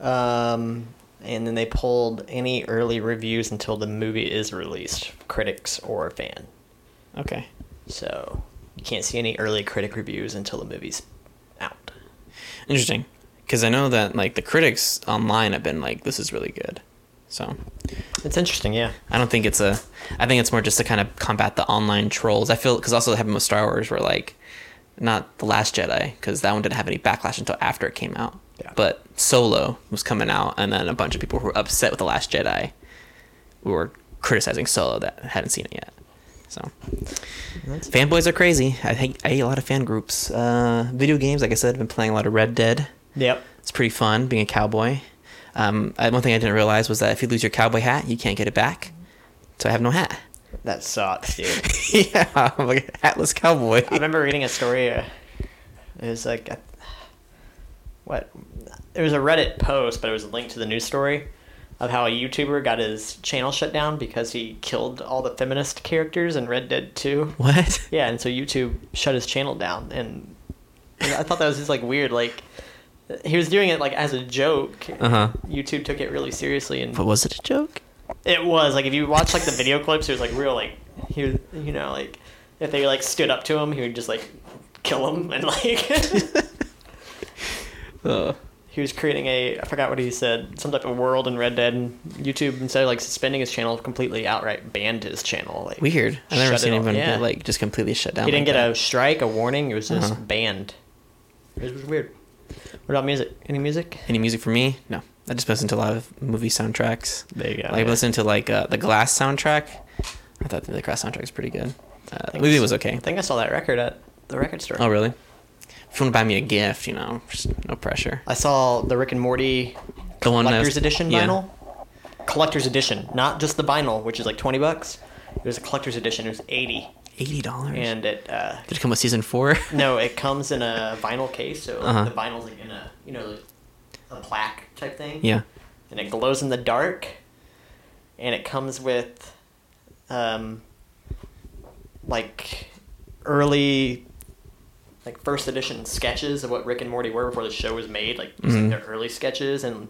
um, and then they pulled any early reviews until the movie is released, critics or fan. Okay. So you can't see any early critic reviews until the movie's out. Interesting, because I know that like the critics online have been like, "This is really good." So It's interesting, yeah. I don't think it's a. I think it's more just to kind of combat the online trolls. I feel because also it happened with Star Wars, where like, not the Last Jedi, because that one didn't have any backlash until after it came out. Yeah. But Solo was coming out, and then a bunch of people who were upset with the Last Jedi were criticizing Solo that hadn't seen it yet. So fanboys are crazy. I think I hate a lot of fan groups. Uh, video games, like I said, I've been playing a lot of Red Dead. Yep. It's pretty fun being a cowboy. Um, I, one thing I didn't realize was that if you lose your cowboy hat, you can't get it back. So I have no hat. That sucks, dude. yeah, I'm like a hatless cowboy. I remember reading a story. Uh, it was like, a, what? It was a Reddit post, but it was a link to the news story of how a YouTuber got his channel shut down because he killed all the feminist characters in Red Dead 2. What? Yeah, and so YouTube shut his channel down, and, and I thought that was just like weird. Like he was doing it like as a joke. Uh-huh. YouTube took it really seriously, and But was it a joke? it was like if you watch like the video clips, it was like real like he was, you know like if they like stood up to him, he would just like kill him and like. He was creating a I forgot what he said some type of world in Red Dead and YouTube instead of like suspending his channel completely outright banned his channel like Weird. I've never Shut it seen off, anyone yeah. get like just completely shut down. He didn't like get that. a strike, a warning. It was just Uh-huh. banned. It was weird. What about music? Any music? any music for me. No, I just listen to a lot of movie soundtracks. There you go, Like I yeah. listened to like uh, the Glass soundtrack. I thought the Glass soundtrack was pretty good. Uh, the movie was okay. I think I saw that record at the record store. Oh really? If you want to buy me a gift, you know, just no pressure. I saw the Rick and Morty The one that collector's was- edition yeah. vinyl. Collector's edition, not just the vinyl, which is like twenty bucks. It was a collector's edition. It was eighty, Eighty dollars. and it uh, Did it come with season four? no, it comes in a vinyl case, so like, Uh-huh. the vinyl's like in a you know like a plaque type thing. yeah. and it glows in the dark, and it comes with, um, like early, like first edition sketches of what Rick and Morty were before the show was made, like just like their early sketches and,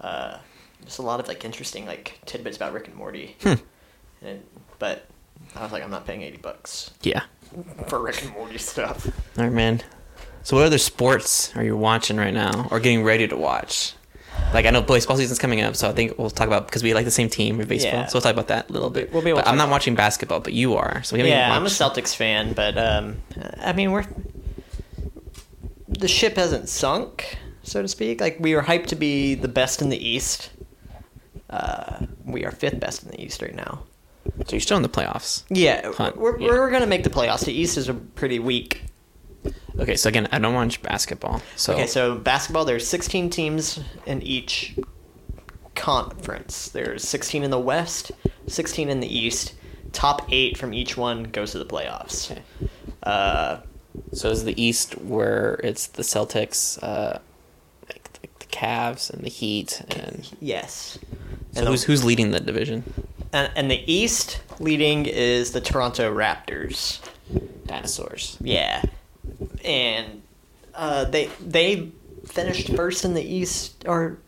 uh, just a lot of like interesting like tidbits about Rick and Morty, and but I was like, I'm not paying eighty bucks Yeah. for Rick and Morty stuff. All right, man. So, what other sports are you watching right now, or getting ready to watch? Like, I know baseball season's coming up, so I think we'll talk about because we like the same team with baseball. Yeah. So we'll talk about that a little bit. We'll be able But to I'm talk not about- watching basketball, but you are. So we haven't Yeah, even I'm a watched- Celtics fan, but um, I mean, we're the ship hasn't sunk, so to speak. Like we were hyped to be the best in the East. Uh, we are fifth best in the East right now. So you're still in the playoffs. Yeah, Hunt, we're, yeah. we're gonna make the playoffs. The East is a pretty weak. Okay, so again, I don't watch basketball. So, Okay, so basketball, there's 16 teams in each conference. There's 16 in the West, 16 in the East. Top eight from each one goes to the playoffs. Okay. Uh, so is the East where it's the Celtics, uh, like like the Cavs and the Heat, and yes. so who's who's leading the division? and, Uh, and the East leading is the Toronto Raptors. Dinosaurs. Yeah, and uh, they they finished first in the East, or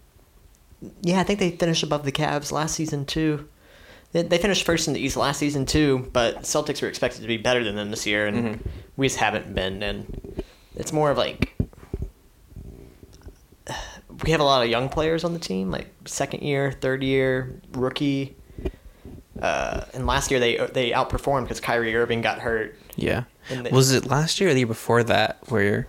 yeah, I think they finished above the Cavs last season too. They, they finished first in the East last season too, but Celtics were expected to be better than them this year, and we just haven't been. And it's more of like we have a lot of young players on the team, like second year, third year, rookie. Uh, and last year they they outperformed because Kyrie Irving got hurt. Yeah. And they- was it last year or the year before that where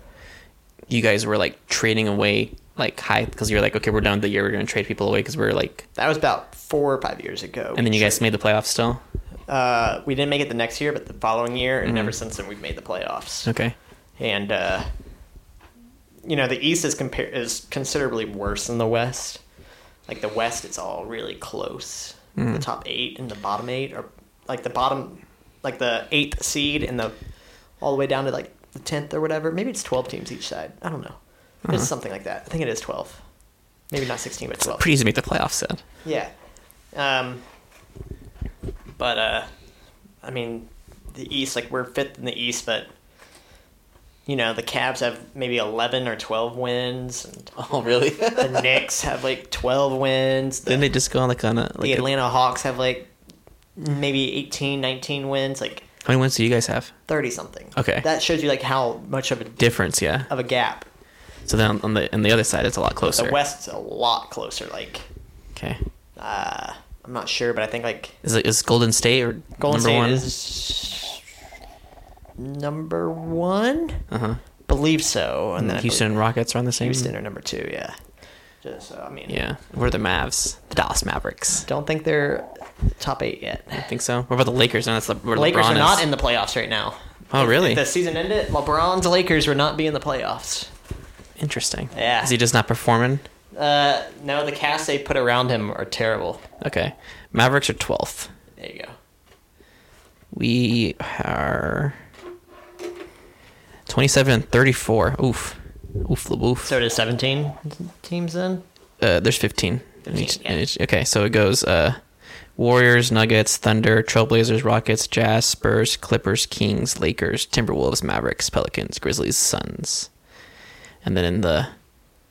you guys were like trading away like high because you're like, okay, we're done with the year, we're gonna trade people away because we're like, That was about four or five years ago. and then you guys made the playoffs still. uh, we didn't make it the next year, but the following year, and ever since then we've made the playoffs. Mm-hmm. Okay. And uh, you know, the East is compar- is considerably worse than the West. Like the West, it's all really close. Mm. The top eight and the bottom eight are like the bottom, like the eighth seed and the all the way down to like the tenth or whatever. Maybe it's twelve teams each side. I don't know. Uh-huh. It's something like that. I think it is twelve. Maybe not sixteen, but twelve. Pretty easy to make the playoffs then. Yeah. Um, but uh, I mean, the East, like we're fifth in the East, but you know the Cavs have maybe eleven or twelve wins, and Oh really? Didn't the Knicks have like twelve wins. The, they just go on like on a the like a, Atlanta Hawks have like maybe 18, 19 wins, like how many wins do you guys have? thirty something. Okay. that shows you like how much of a Difference, yeah. of a gap. So then on- on the on the other side, it's a lot The closer. West's a lot closer. Like Okay. uh, I'm not sure, but I think like Is it is Golden State or number Golden State one? is number one. uh huh. Believe so. And then I Houston Rockets are on the same. believe Houston are number two. Yeah. Just, so, I mean, Yeah, we're the Mavs, the Dallas Mavericks. don't think they're top eight yet. I think so. What about the Lakers? No, that's the where Lakers LeBron are is. not in the playoffs right now. Oh, really? If the season ended, LeBron's Lakers would not be in the playoffs. Interesting. Yeah. Is he just not performing? Uh, no, the cast they put around him are terrible. Okay. Mavericks are twelfth. There you go. We are twenty-seven and thirty-four. Oof. Oof. La woof. So does 17 teams then? uh, there's 15. in 15, each- yeah. in each- okay, so it goes uh, Warriors, Nuggets, Thunder, Trailblazers, Rockets, Jazz, Spurs, Clippers, Kings, Lakers, Timberwolves, Mavericks, Pelicans, Grizzlies, Suns. And then in the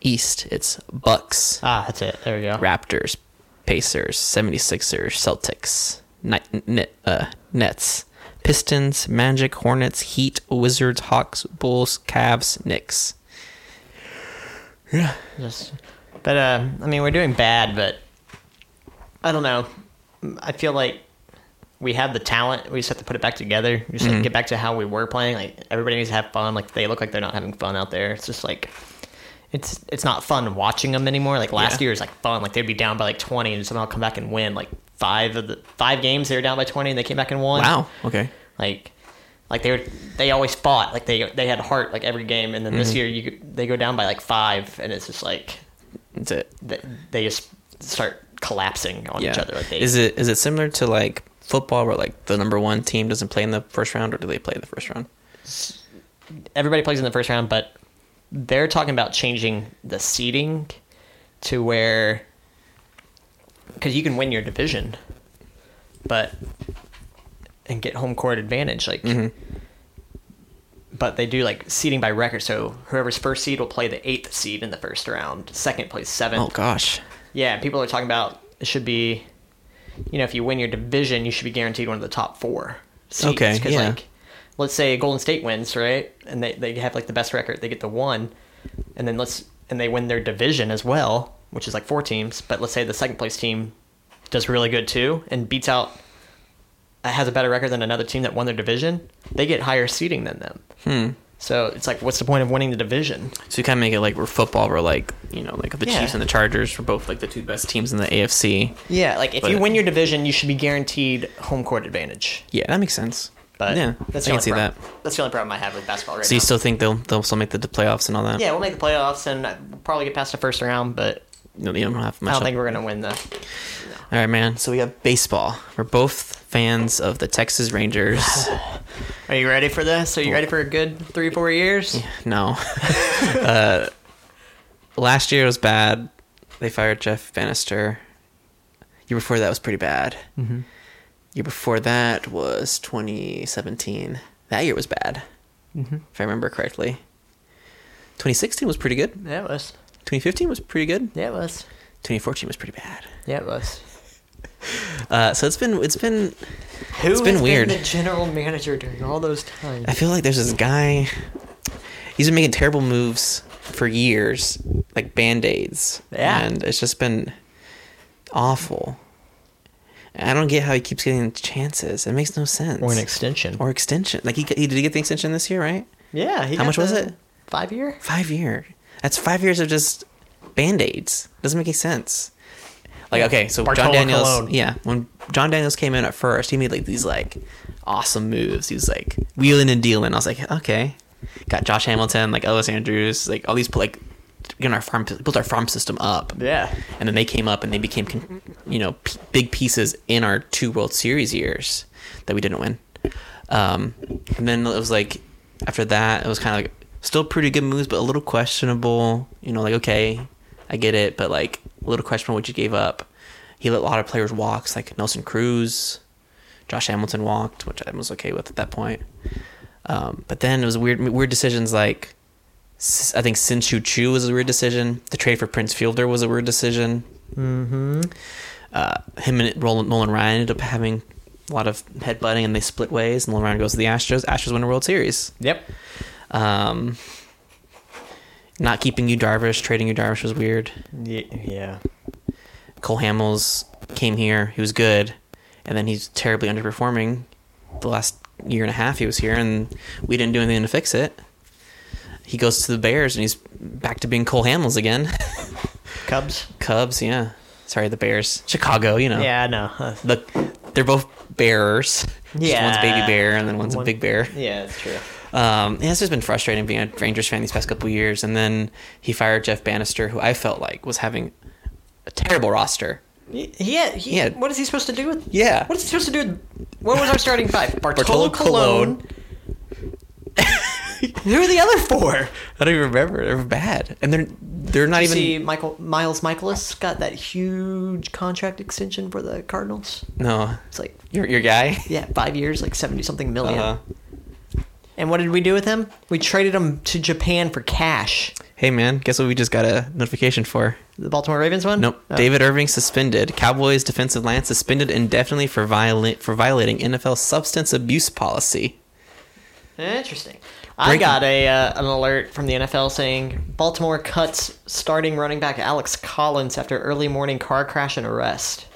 East, it's Bucks, Ah, that's it. There we go. Raptors, Pacers, 76ers, Celtics, Ni- Net, uh, Nets, Pistons, Magic, Hornets, Heat, Wizards, Hawks, Bulls, Cavs, Knicks. Just, but uh, I mean, we're doing bad, but I don't know. I feel like we have the talent. We just have to put it back together. We just Mm-hmm. like, get back to how we were playing. Like everybody needs to have fun. Like they look like they're not having fun out there. It's just like it's it's not fun watching them anymore. Like last Yeah. year was like fun. Like they'd be down by like twenty and somehow come back and win like five of the five games they were down by twenty and they came back and won. Wow. Okay. Like, like they were, they always fought. Like they they had heart. Like every game. And then Mm-hmm. this year, you they go down by like five, and it's just like That's it. they, they just start collapsing on each other. Like they, Is it is it similar to like football where like the number one team doesn't play in the first round or do they play in the first round? everybody plays in the first round, but they're talking about changing the seeding to where because you can win your division, but and get home court advantage. Like, Mm-hmm. but they do like seeding by record. So whoever's first seed will play the eighth seed in the first round. Second plays seventh. Oh gosh. Yeah, people are talking about it should be, you know, if you win your division, you should be guaranteed one of the top four. Seeds. Okay, 'Cause, yeah. Like, let's say Golden State wins, right? And they, they have like the best record, they get the one, and then let's and they win their division as well, which is like four teams. But let's say the second place team does really good too and beats out uh, has a better record than another team that won their division. They get higher seeding than them. Hmm. So it's like, what's the point of winning the division? So you kind of make it like we're football, we're like you know like the Yeah. Chiefs and the Chargers were both like the two best teams in the AFC. Yeah, like if But- you win your division, you should be guaranteed home court advantage. Yeah, that makes sense. But yeah, that's I the can only see problem. that. That's the only problem I have with basketball right So you now. still think they'll they'll still make the playoffs and all that? yeah, we'll make the playoffs and uh, probably get past the first round, but No, you don't have much. I don't up- think we're gonna win the. All right, man. So we got baseball. We're both fans of the Texas Rangers. Are you ready for this? Are you ready for a good three, four years? No. uh, last year was bad. They fired Jeff Bannister. Year before that was pretty bad. Year before that was 2017. That year was bad, if I remember correctly. 2016 was pretty good. Yeah, it was. 2015 was pretty good. Yeah, it was. 2014 was pretty bad. Yeah, it was. Uh, so it's been it's been Who It's been has weird. the general manager during all those times? I feel like there's this guy. He's been making terrible moves for years, like band aids. Yeah. And it's just been awful. And I don't get how he keeps getting chances. It makes no sense. Or an extension. Or extension. Like, he, he did he get the extension this year, right? yeah. He How got much was the it? Five year. Five year. That's five years of just band aids. Doesn't make any sense. Like okay, so Bartolo John Daniels, Colon. yeah, when John Daniels came in at first, he made like these like awesome moves. He was like wheeling and dealing. I was like, okay, got Josh Hamilton, like Ellis Andrews, like all these like getting our farm built our farm system up. Yeah. and then they came up and they became con- you know p- big pieces in our two World Series years that we didn't win. Um, and then it was like after that, it was kind of like still pretty good moves, but a little questionable. You know, like okay, I get it, but like a little questionable what you gave up. He let a lot of players walks, like Nelson Cruz, Josh Hamilton walked, which I was okay with at that point. Um, but then it was weird, weird decisions like S- I think Sin Chu Chu was a weird decision. The trade for Prince Fielder was a weird decision. Mm-hmm. Uh, him and Roland, Nolan Ryan ended up having a lot of headbutting, and they split ways. And Nolan Ryan goes to the Astros. Astros win a World Series. Yep. Um, not keeping you Darvish, trading you Darvish was weird. Yeah. yeah. Cole Hamels came here. He was good, and then he's terribly underperforming. The last year and a half he was here, and we didn't do anything to fix it. He goes to the Bears, and he's back to being Cole Hamels again. Cubs. Cubs, yeah. Sorry, the Bears. Chicago, you know. Yeah, I know. The, they're both bearers. Just One's a baby Yeah. bear and then one's a One- big bear. Yeah, it's true. Um, yeah, it's just been frustrating being a Rangers fan these past couple of years. And then he fired Jeff Bannister, who I felt like was having a terrible roster. He, he, had, he Yeah. What is he supposed to do with? Yeah. What is he supposed to do? With, what was our starting five? Bartolo Bartolo, Colon. Colon. Who are the other four? I don't even remember. They're bad, and they're they're not even. See, Michael Miles Michaelis got that huge contract extension for the Cardinals. no, It's like your your guy. yeah, five years, like seventy something 1000000 Uh, And what did we do with him? We traded him to Japan for cash. hey man, guess what we just got a notification for? The Baltimore Ravens one? Nope. Oh. David Irving suspended. Cowboys defensive line suspended indefinitely for violent for violating NFL substance abuse policy. Interesting. I Breaking- got a uh, an alert from the NFL saying Baltimore cuts starting running back Alex Collins after early morning car crash and arrest.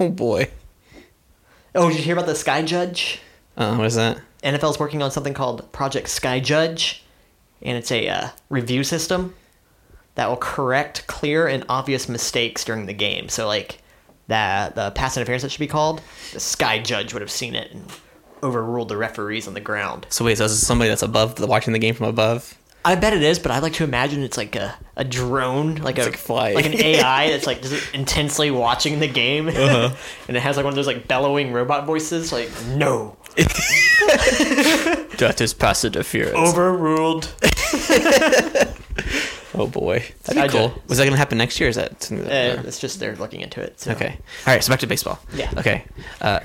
Oh boy. Oh, did you hear about the Sky Judge? Uh, what is that? NFL's working on something called Project Sky Judge, and it's a uh, review system that will correct clear and obvious mistakes during the game. So, like that the pass interference that should be called, the Sky Judge would have seen it and overruled the referees on the ground. So wait, so this is somebody that's above the, watching the game from above. I bet it is, but I like to imagine it's like a, a drone, like a like flying. like an AI that's like just intensely watching the game, Uh-huh. and it has like one of those like bellowing robot voices, like no That is pass interference. overruled. Oh boy, that'd I be cool. don't- Was that gonna happen next year? Is that something that- Uh, it's just they're looking into it. So. Okay. All right. So back to baseball. Yeah. Okay. Uh,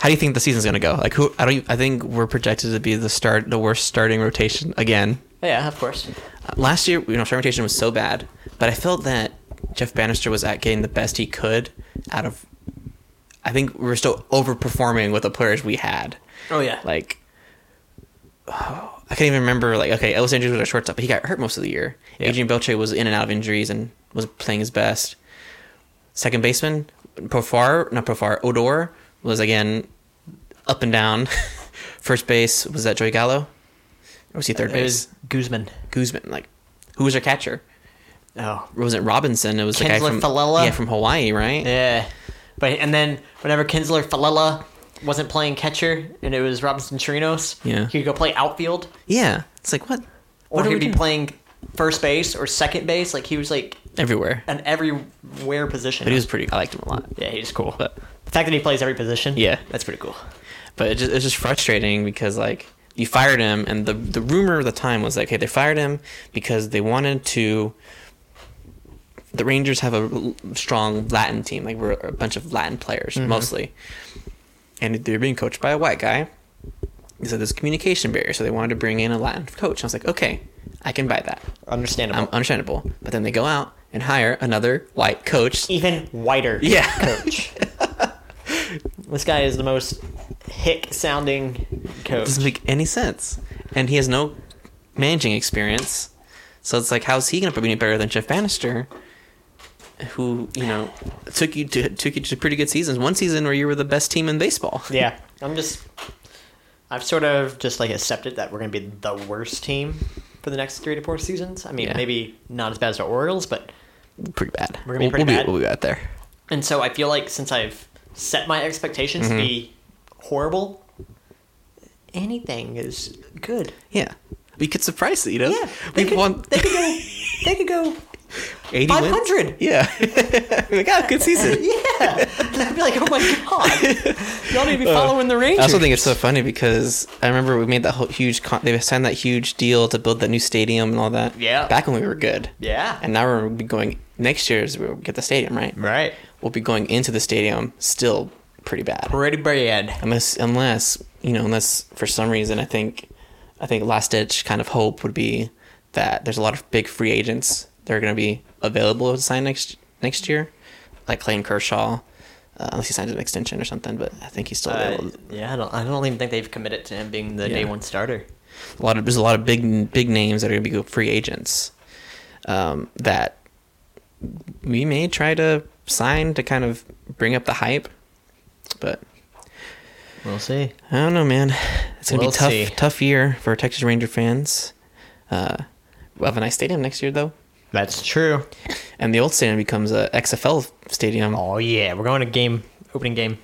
how do you think the season's gonna go? Like, who? I don't. e, I think we're projected to be the start, the worst starting rotation again. Yeah, of course. Uh, Last year, you know, starting rotation was so bad, but I felt that Jeff Bannister was at getting the best he could out of. I think we were still overperforming with the players we had. Oh yeah. Like, oh, I can't even remember. Like, okay, Ellis Andrews was our shortstop, but he got hurt most of the year. Yeah. Adrian Beltre was in and out of injuries and was playing his best. Second baseman, Profar, not Profar, Odor was again up and down. First base was that Joey Gallo, or was he third it base? was Guzman. Guzman, like, who was our catcher? Oh It wasn't Robinson. It was the guy Kinsler from Falela? yeah from Hawaii, right? yeah, but and then whenever Kinsler Falella wasn't playing catcher and it was Robinson Chirinos, Yeah. he'd go play outfield. Yeah. It's like what? Or What he'd are we be doing? playing first base or second base. Like he was like everywhere? an everywhere position. But he was pretty. I liked him a lot. yeah, he's cool. But the fact that he plays every position, Yeah. that's pretty cool. but it just, it's just frustrating because like you fired him and the the rumor at the time was like hey they fired him because they wanted to the rangers have a l- strong latin team like we're a bunch of latin players mostly and they're being coached by a white guy he said there's a communication barrier so they wanted to bring in a latin coach i was like okay i can buy that Understandable. i'm understandable but then they go out and hire another white coach Even whiter, Yeah. coach. this guy is the most hick sounding coach. doesn't make any sense. And he has no managing experience. So it's like, how's he going to be any better than Jeff Bannister, who you know took you to took you to pretty good seasons? One season where you were the best team in baseball. Yeah, I'm just. I've sort of just like accepted that we're going to be the worst team for the next three to four seasons. I mean, Yeah. maybe not as bad as the Orioles, but Pretty bad. We're gonna be we'll, pretty bad. We'll be out there. and so I feel like since I've set my expectations Mm-hmm. to be horrible, anything is good. Yeah, we could surprise you know. Yeah, we they could, won they could go. They could go. eighty wins. 500. Yeah, we got a good season. Yeah, and I'd be like, oh my god, y'all need to be following the Rangers. I also think it's so funny because I remember we made that whole huge. Con- they signed that huge deal to build that new stadium and all that. Yeah. Back when we were good. Yeah. And now we're be going next year's. We'll get the stadium right. right. We'll be going into the stadium still pretty bad. Pretty bad. Unless, unless you know, unless for some reason I think, I think last ditch kind of hope would be that there's a lot of big free agents that are going to be available to sign next next year, like Clayton Kershaw. Uh, unless he signs an extension or something, but I think he's Uh, still available. yeah, I don't. I don't even think they've committed to him being the Yeah. day one starter. a lot of there's a lot of big big names that are going to be free agents um, that we may try to sign to kind of bring up the hype, but We'll see. I don't know, man. It's gonna We'll be tough see. tough year for Texas Ranger fans. Uh, we'll have a nice stadium next year though, That's true. and the old stadium becomes a XFL stadium. Oh yeah, we're going to game opening game.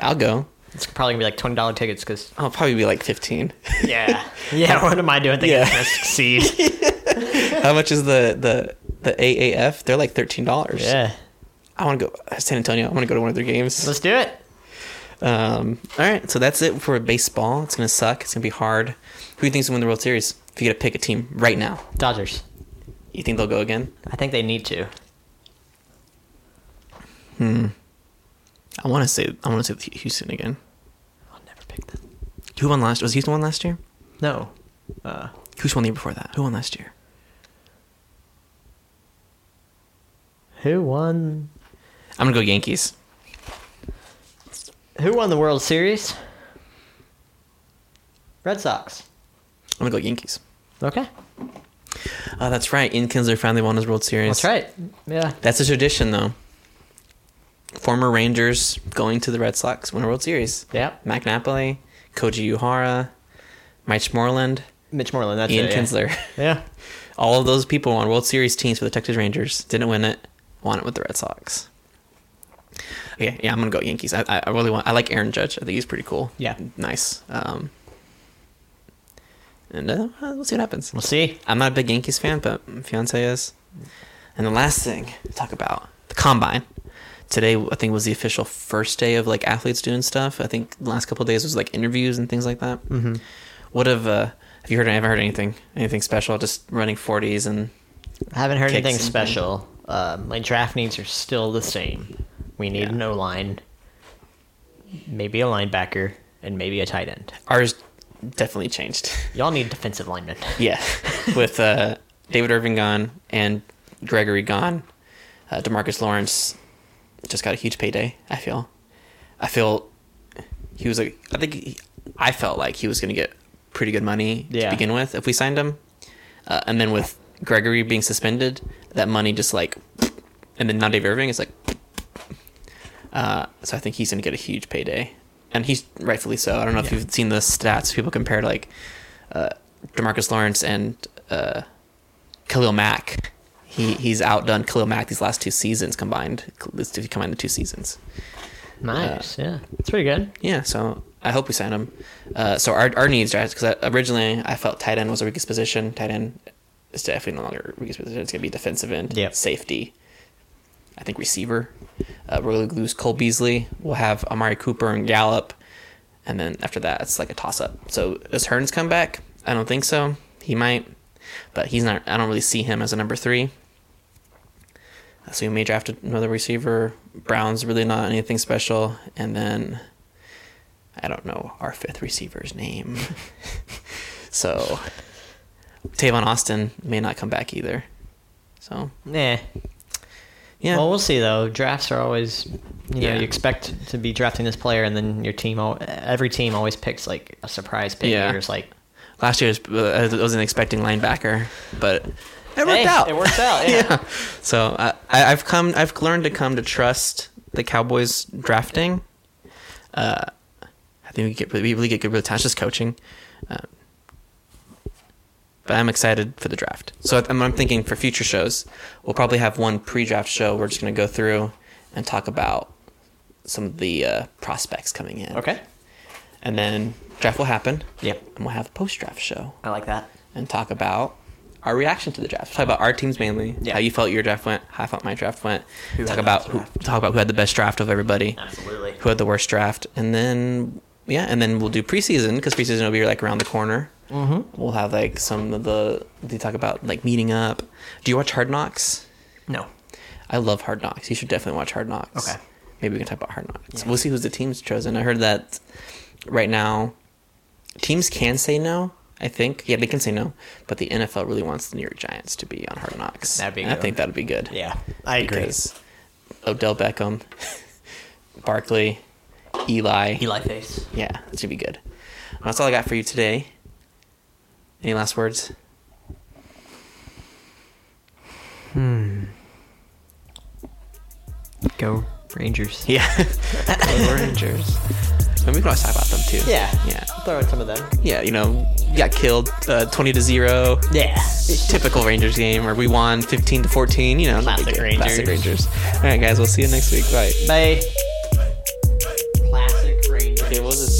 I'll go. It's probably gonna be like twenty dollar tickets because I'll probably be like fifteen. yeah, yeah. What am I doing? Thinking Yeah. it's gonna succeed? How much is the the the AAF? They're like thirteen dollars. yeah, I want to go uh, San Antonio. I want to go to one of their games. let's do it. Um, all right, so that's it for baseball. It's gonna suck. It's gonna be hard. Who do you think's gonna win the World Series? If you get to pick a team right now, Dodgers. you think they'll go again? I think they need to. I want to say I want to say Houston again. I'll never pick them. Who won last? Was Houston won last year? No. Who's won the year before that? Who won last year? Who won? I'm gonna go Yankees. Who won the World Series? Red Sox. I'm gonna go Yankees. Okay. Oh, that's right. Ian Kinsler finally won his World Series. That's right. Yeah. That's a tradition, though. Former Rangers going to the Red Sox win a World Series. Yep. Mac Napoli, Koji Uhara, Mike Moreland, Mitch Moreland. That's Ian it. yeah. Kinsler. Yeah. All of those people on World Series teams for the Texas Rangers. Didn't win it. Won it with the Red Sox. Okay, yeah, I'm gonna go Yankees. I, I I really want. I like Aaron Judge. I think he's pretty cool. Yeah. nice. Um, and uh, we'll see what happens. We'll see. I'm not a big Yankees fan, but my fiance is. And the last thing to talk about the combine. Today, I think was the official first day of like athletes doing stuff. I think the last couple of days was like interviews and things like that. Mm-hmm. What have uh, have you heard? I haven't heard anything, anything special. Just running forties and I haven't heard Kicks anything and- special. Um, my draft needs are still the same. We need Yeah. an O line, maybe a linebacker, and maybe a tight end. ours definitely changed. Y'all need defensive linemen. yeah, with uh, David Irving gone and Gregory gone, uh, Demarcus Lawrence just got a huge payday. I feel, I feel he was like, I think he, I felt like he was going to get pretty good money Yeah. to begin with if we signed him, uh, and then with Gregory being suspended, that money just like, and then now David Irving is like, uh, so I think he's going to get a huge payday. And he's rightfully so. I don't know if you've seen the stats. People compare like Demarcus Lawrence and uh, Khalil Mack. He he's outdone Khalil Mack these last two seasons combined. These two combined the two seasons. Nice. yeah. It's pretty good. Yeah, so I hope we sign him. Uh, so our our needs, right? Because originally I felt tight end was the weakest position. Tight end is definitely no longer the weakest position. It's gonna be defensive end, Yep. safety. I think receiver. Uh, we're gonna lose Cole Beasley. We'll have Amari Cooper and Gallup, and then after that it's like a toss up. So does Hearns come back? I don't think so. He might, but he's not. I don't really see him as a number three. So we may draft another receiver. Brown's really not anything special, and then I don't know our fifth receiver's name. so Tavon Austin may not come back either. So Yeah. yeah, Well, we'll see though. Drafts are always, you know, Yeah. you expect to be drafting this player, and then your team, al- every team always picks like a surprise pick. Yeah. Yeah. It's like, last year was- uh, I wasn't expecting linebacker, but it worked hey, out. It works out. Yeah. So I, I, I've come, I've learned to come to trust the Cowboys drafting. Uh, I think we get we really get good with Tasha's coaching, uh, but I'm excited for the draft. So I'm, I'm thinking for future shows, we'll probably have one pre-draft show. We're just gonna go through and talk about some of the uh, prospects coming in. Okay. and then draft will happen. Yep. and we'll have a post-draft show I like that. and talk about our reaction to the draft. Talk about our teams mainly. Yeah. How you felt your draft went. How I felt my draft went. talk had the about best who, draft. talk about who had the best draft of everybody. Absolutely. Who had the worst draft, and then yeah, and then we'll do preseason because preseason will be like around the corner. Mm-hmm. We'll have like some of the they talk about like meeting up. Do you watch Hard Knocks? No. I love Hard Knocks. You should definitely watch Hard Knocks. Okay. Maybe we can talk about Hard Knocks. We'll see who's the team's chosen. I heard that right now, teams can say no. I think yeah, they can say no, but the NFL really wants the New York Giants to be on Hard Knocks. That'd be And I good. think that'd be good. Yeah. I agree. because Odell Beckham, Barkley, Eli. Eli face. Yeah, that should be good. Well, that's all I got for you today. Any last words? Go Rangers. Yeah. Rangers. mean, we can always talk about them too. Yeah. yeah, Throw in some of them. yeah. You know, we got killed uh, twenty to zero. Yeah. Typical Rangers game, or we won fifteen to fourteen. You know, not a big Classic deal. Classic Rangers. Rangers. All right, guys, we'll see you next week. Bye. Bye. Classic Rangers. Okay, we'll just